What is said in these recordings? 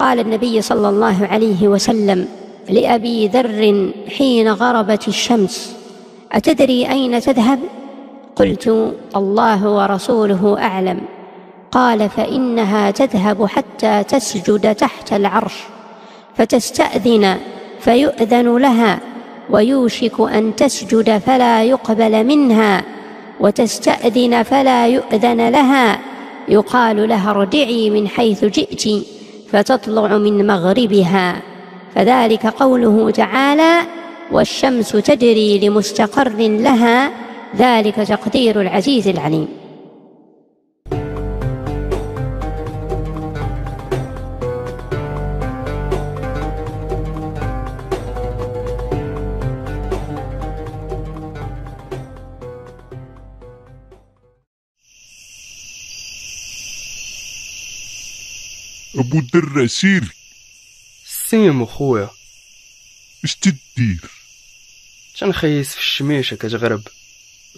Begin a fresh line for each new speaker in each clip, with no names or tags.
قال النبي صلى الله عليه وسلم لأبي ذر حين غربت الشمس أتدري أين تذهب؟ قلت الله ورسوله أعلم قال فإنها تذهب حتى تسجد تحت العرش فتستأذن فيؤذن لها ويوشك أن تسجد فلا يقبل منها وتستأذن فلا يؤذن لها يقال لها ارجعي من حيث جئت فتطلع من مغربها فذلك قوله تعالى والشمس تجري لمستقر لها ذلك تقدير العزيز العليم
أبو الدرة سير
السيم اخويا
اش تدير
تنخيس في الشميشة كتغرب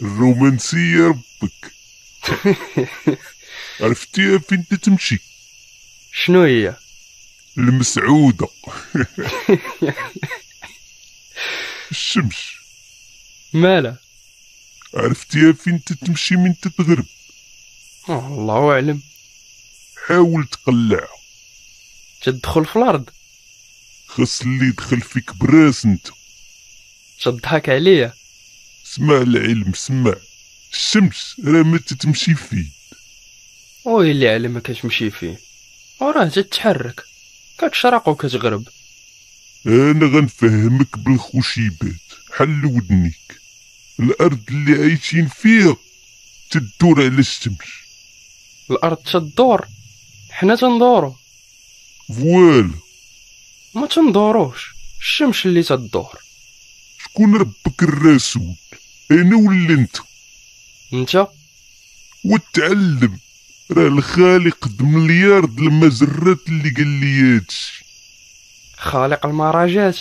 الرومانسية ربك عرفتيها فين تتمشي
شنو هي
المسعودة الشمس
مالا
عرفتيها فين تتمشي من تتغرب
آه، الله اعلم
حاول تقلع
تدخل في الارض
خص اللي يدخل فيك براس انت
تضحك عليا
سمع العلم سمع الشمس راه ما تتمشي فين
ويلي على ما كتمشي فيه وراه تتحرك كتشرق وكتغرب
انا غنفهمك بالخشيبات حل ودنيك الارض اللي عايشين فيها تدور على الشمس
الارض تدور حنا تندورو
فوالا
ما تندوروش الشمس اللي تدور
شكون ربك الرسول انا ولا انت
انت
وتعلم راه الخالق د مليار د المجرات اللي قال لي هادشي
خالق المراجات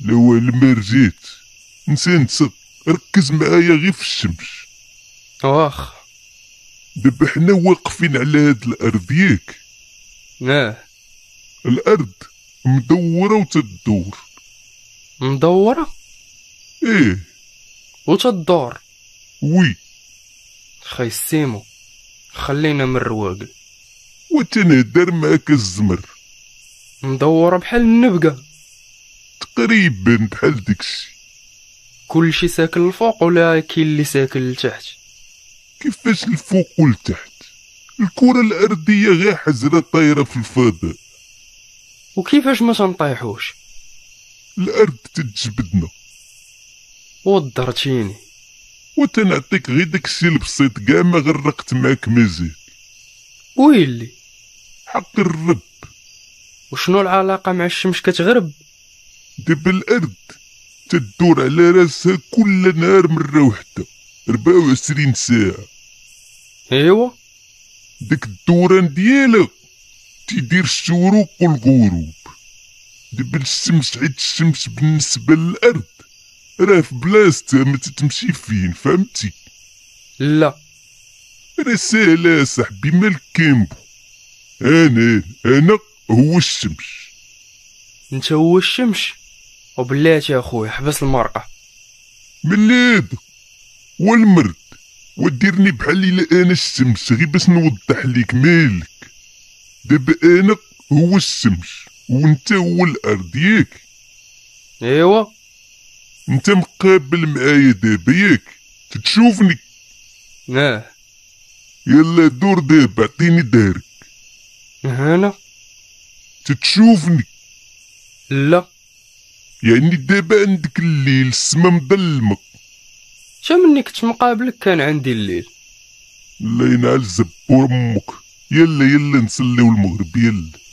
لو المرجيت نسى نسى ركز معايا غير في الشمس
واخ
دابا حنا واقفين على هاد الارض ياك
اه
الارض مدوره وتدور
مدورة
ايه
وتدور
وي
خي سيمو خلينا من الرواقل
وتنهدر معاك الزمر
مدورة بحال النبقة
تقريبا بحال داكشي
كلشي ساكن الفوق ولا كاين اللي ساكن لتحت
كيفاش الفوق والتحت الكره الارضيه غير حجره طايره في الفضاء
وكيفاش ما تنطيحوش
الارض تتجبدنا
ودرتيني
وتنعطيك غير داكشي البسيط كاع ما غرقت معاك مزيد
ويلي
حق الرب
وشنو العلاقة مع الشمس كتغرب
دابا الارض تدور على راسها كل نهار مره وحده 24 ساعه
ايوا
ديك الدوران ديالها تيدير الشروق والغروب دابا الشمس حيت الشمس بالنسبه للارض راه في بلاصتها ما تتمشي فين فهمتي
لا
راه ساهله يا صاحبي مالك كيمبو انا انا هو الشمس
انت هو الشمس وبلاتي يا اخويا حبس المرقة
من هذا والمرد وديرني بحال الا انا الشمس غير باش نوضح ليك مالك دابا انا هو الشمس وانت هو الارض ياك
ايوا
انت مقابل معايا دابا ياك تتشوفني
اه
يلا دور دابا عطيني دارك
هنا
تتشوفني
لا
يعني دابا عندك الليل السما مظلمه
تا مني كنت مقابلك كان عندي الليل
الله ينعل زبور امك يلا يلا نصليو المغرب يلا